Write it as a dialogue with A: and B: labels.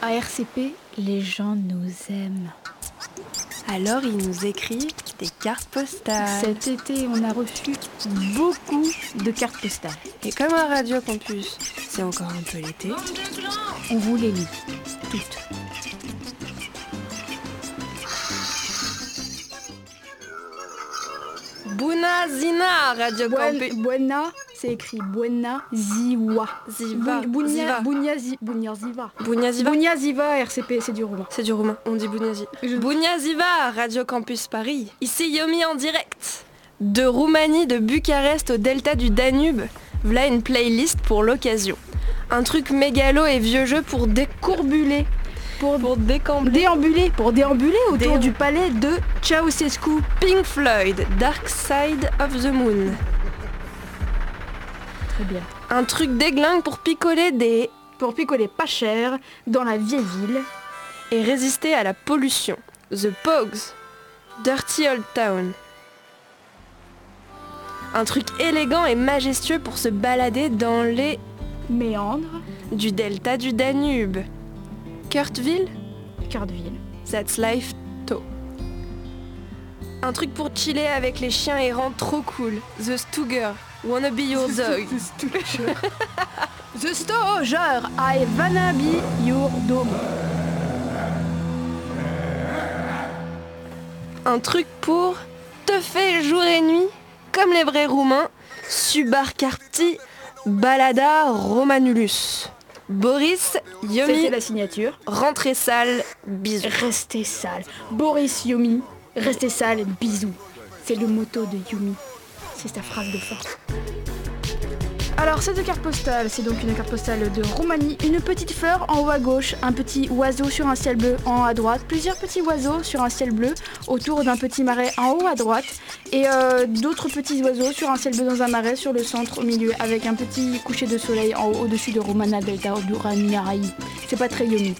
A: À RCP, les gens nous aiment.
B: Alors il nous écrit des cartes
A: Euh,
B: postales.
A: Cet été, on a reçu beaucoup de cartes postales.
B: Et comme un Radio Campus, c'est encore un peu l'été.
A: On vous les lit toutes.
B: Buna Zina, Radio Campus.
A: buena, c'est écrit Buena Ziwa.
B: Ziva.
A: Bu- Bunia,
B: Ziva.
A: Bunia, Zi- Bunia Ziva.
B: Bougnaziva.
A: Bunia Ziva, RCP, c'est du roumain.
B: C'est du roumain, on dit Bougnazi.
A: Je-
B: Bougnaziva, Radio Campus Paris. Ici Yomi en direct. De Roumanie, de Bucarest au delta du Danube, voilà une playlist pour l'occasion. Un truc mégalo et vieux jeu pour décourbuler,
A: Pour
B: pour décambler.
A: déambuler, pour déambuler autour
B: Déam-
A: du palais de Ceausescu.
B: Pink Floyd, Dark Side of the Moon.
A: Très bien.
B: Un truc déglingue pour picoler des
A: Pour picoler pas cher dans la vieille ville.
B: et résister à la pollution. The Pogs, Dirty Old Town. Un truc élégant et majestueux pour se balader dans les
A: Méandre,
B: du delta du Danube. Kurtville,
A: cœur de ville.
B: That's Life To. Un truc pour chiller avec les chiens errants trop cool. The Stuger, Wanna Be Your Dog.
A: The Stoger, I wanna be your dog.
B: Un truc pour te faire jour et nuit, comme les vrais Roumains, Subarcarti, Balada Romanulus. Boris, Yomi,
A: C'était la signature.
B: rentrée sale, bisous.
A: Restez sale. Boris Yumi, restez sale, bisous. C'est le motto de Yumi. C'est sa phrase de force. Alors, ces deux cartes postales, c'est donc une carte postale de Roumanie, une petite fleur en haut à gauche, un petit oiseau sur un ciel bleu en haut à droite, plusieurs petits oiseaux sur un ciel bleu autour d'un petit marais en haut à droite, et euh, d'autres petits oiseaux sur un ciel bleu dans un marais sur le centre au milieu, avec un petit coucher de soleil en haut au-dessus de Romana Delta Duraniarai. C'est pas très Yumi.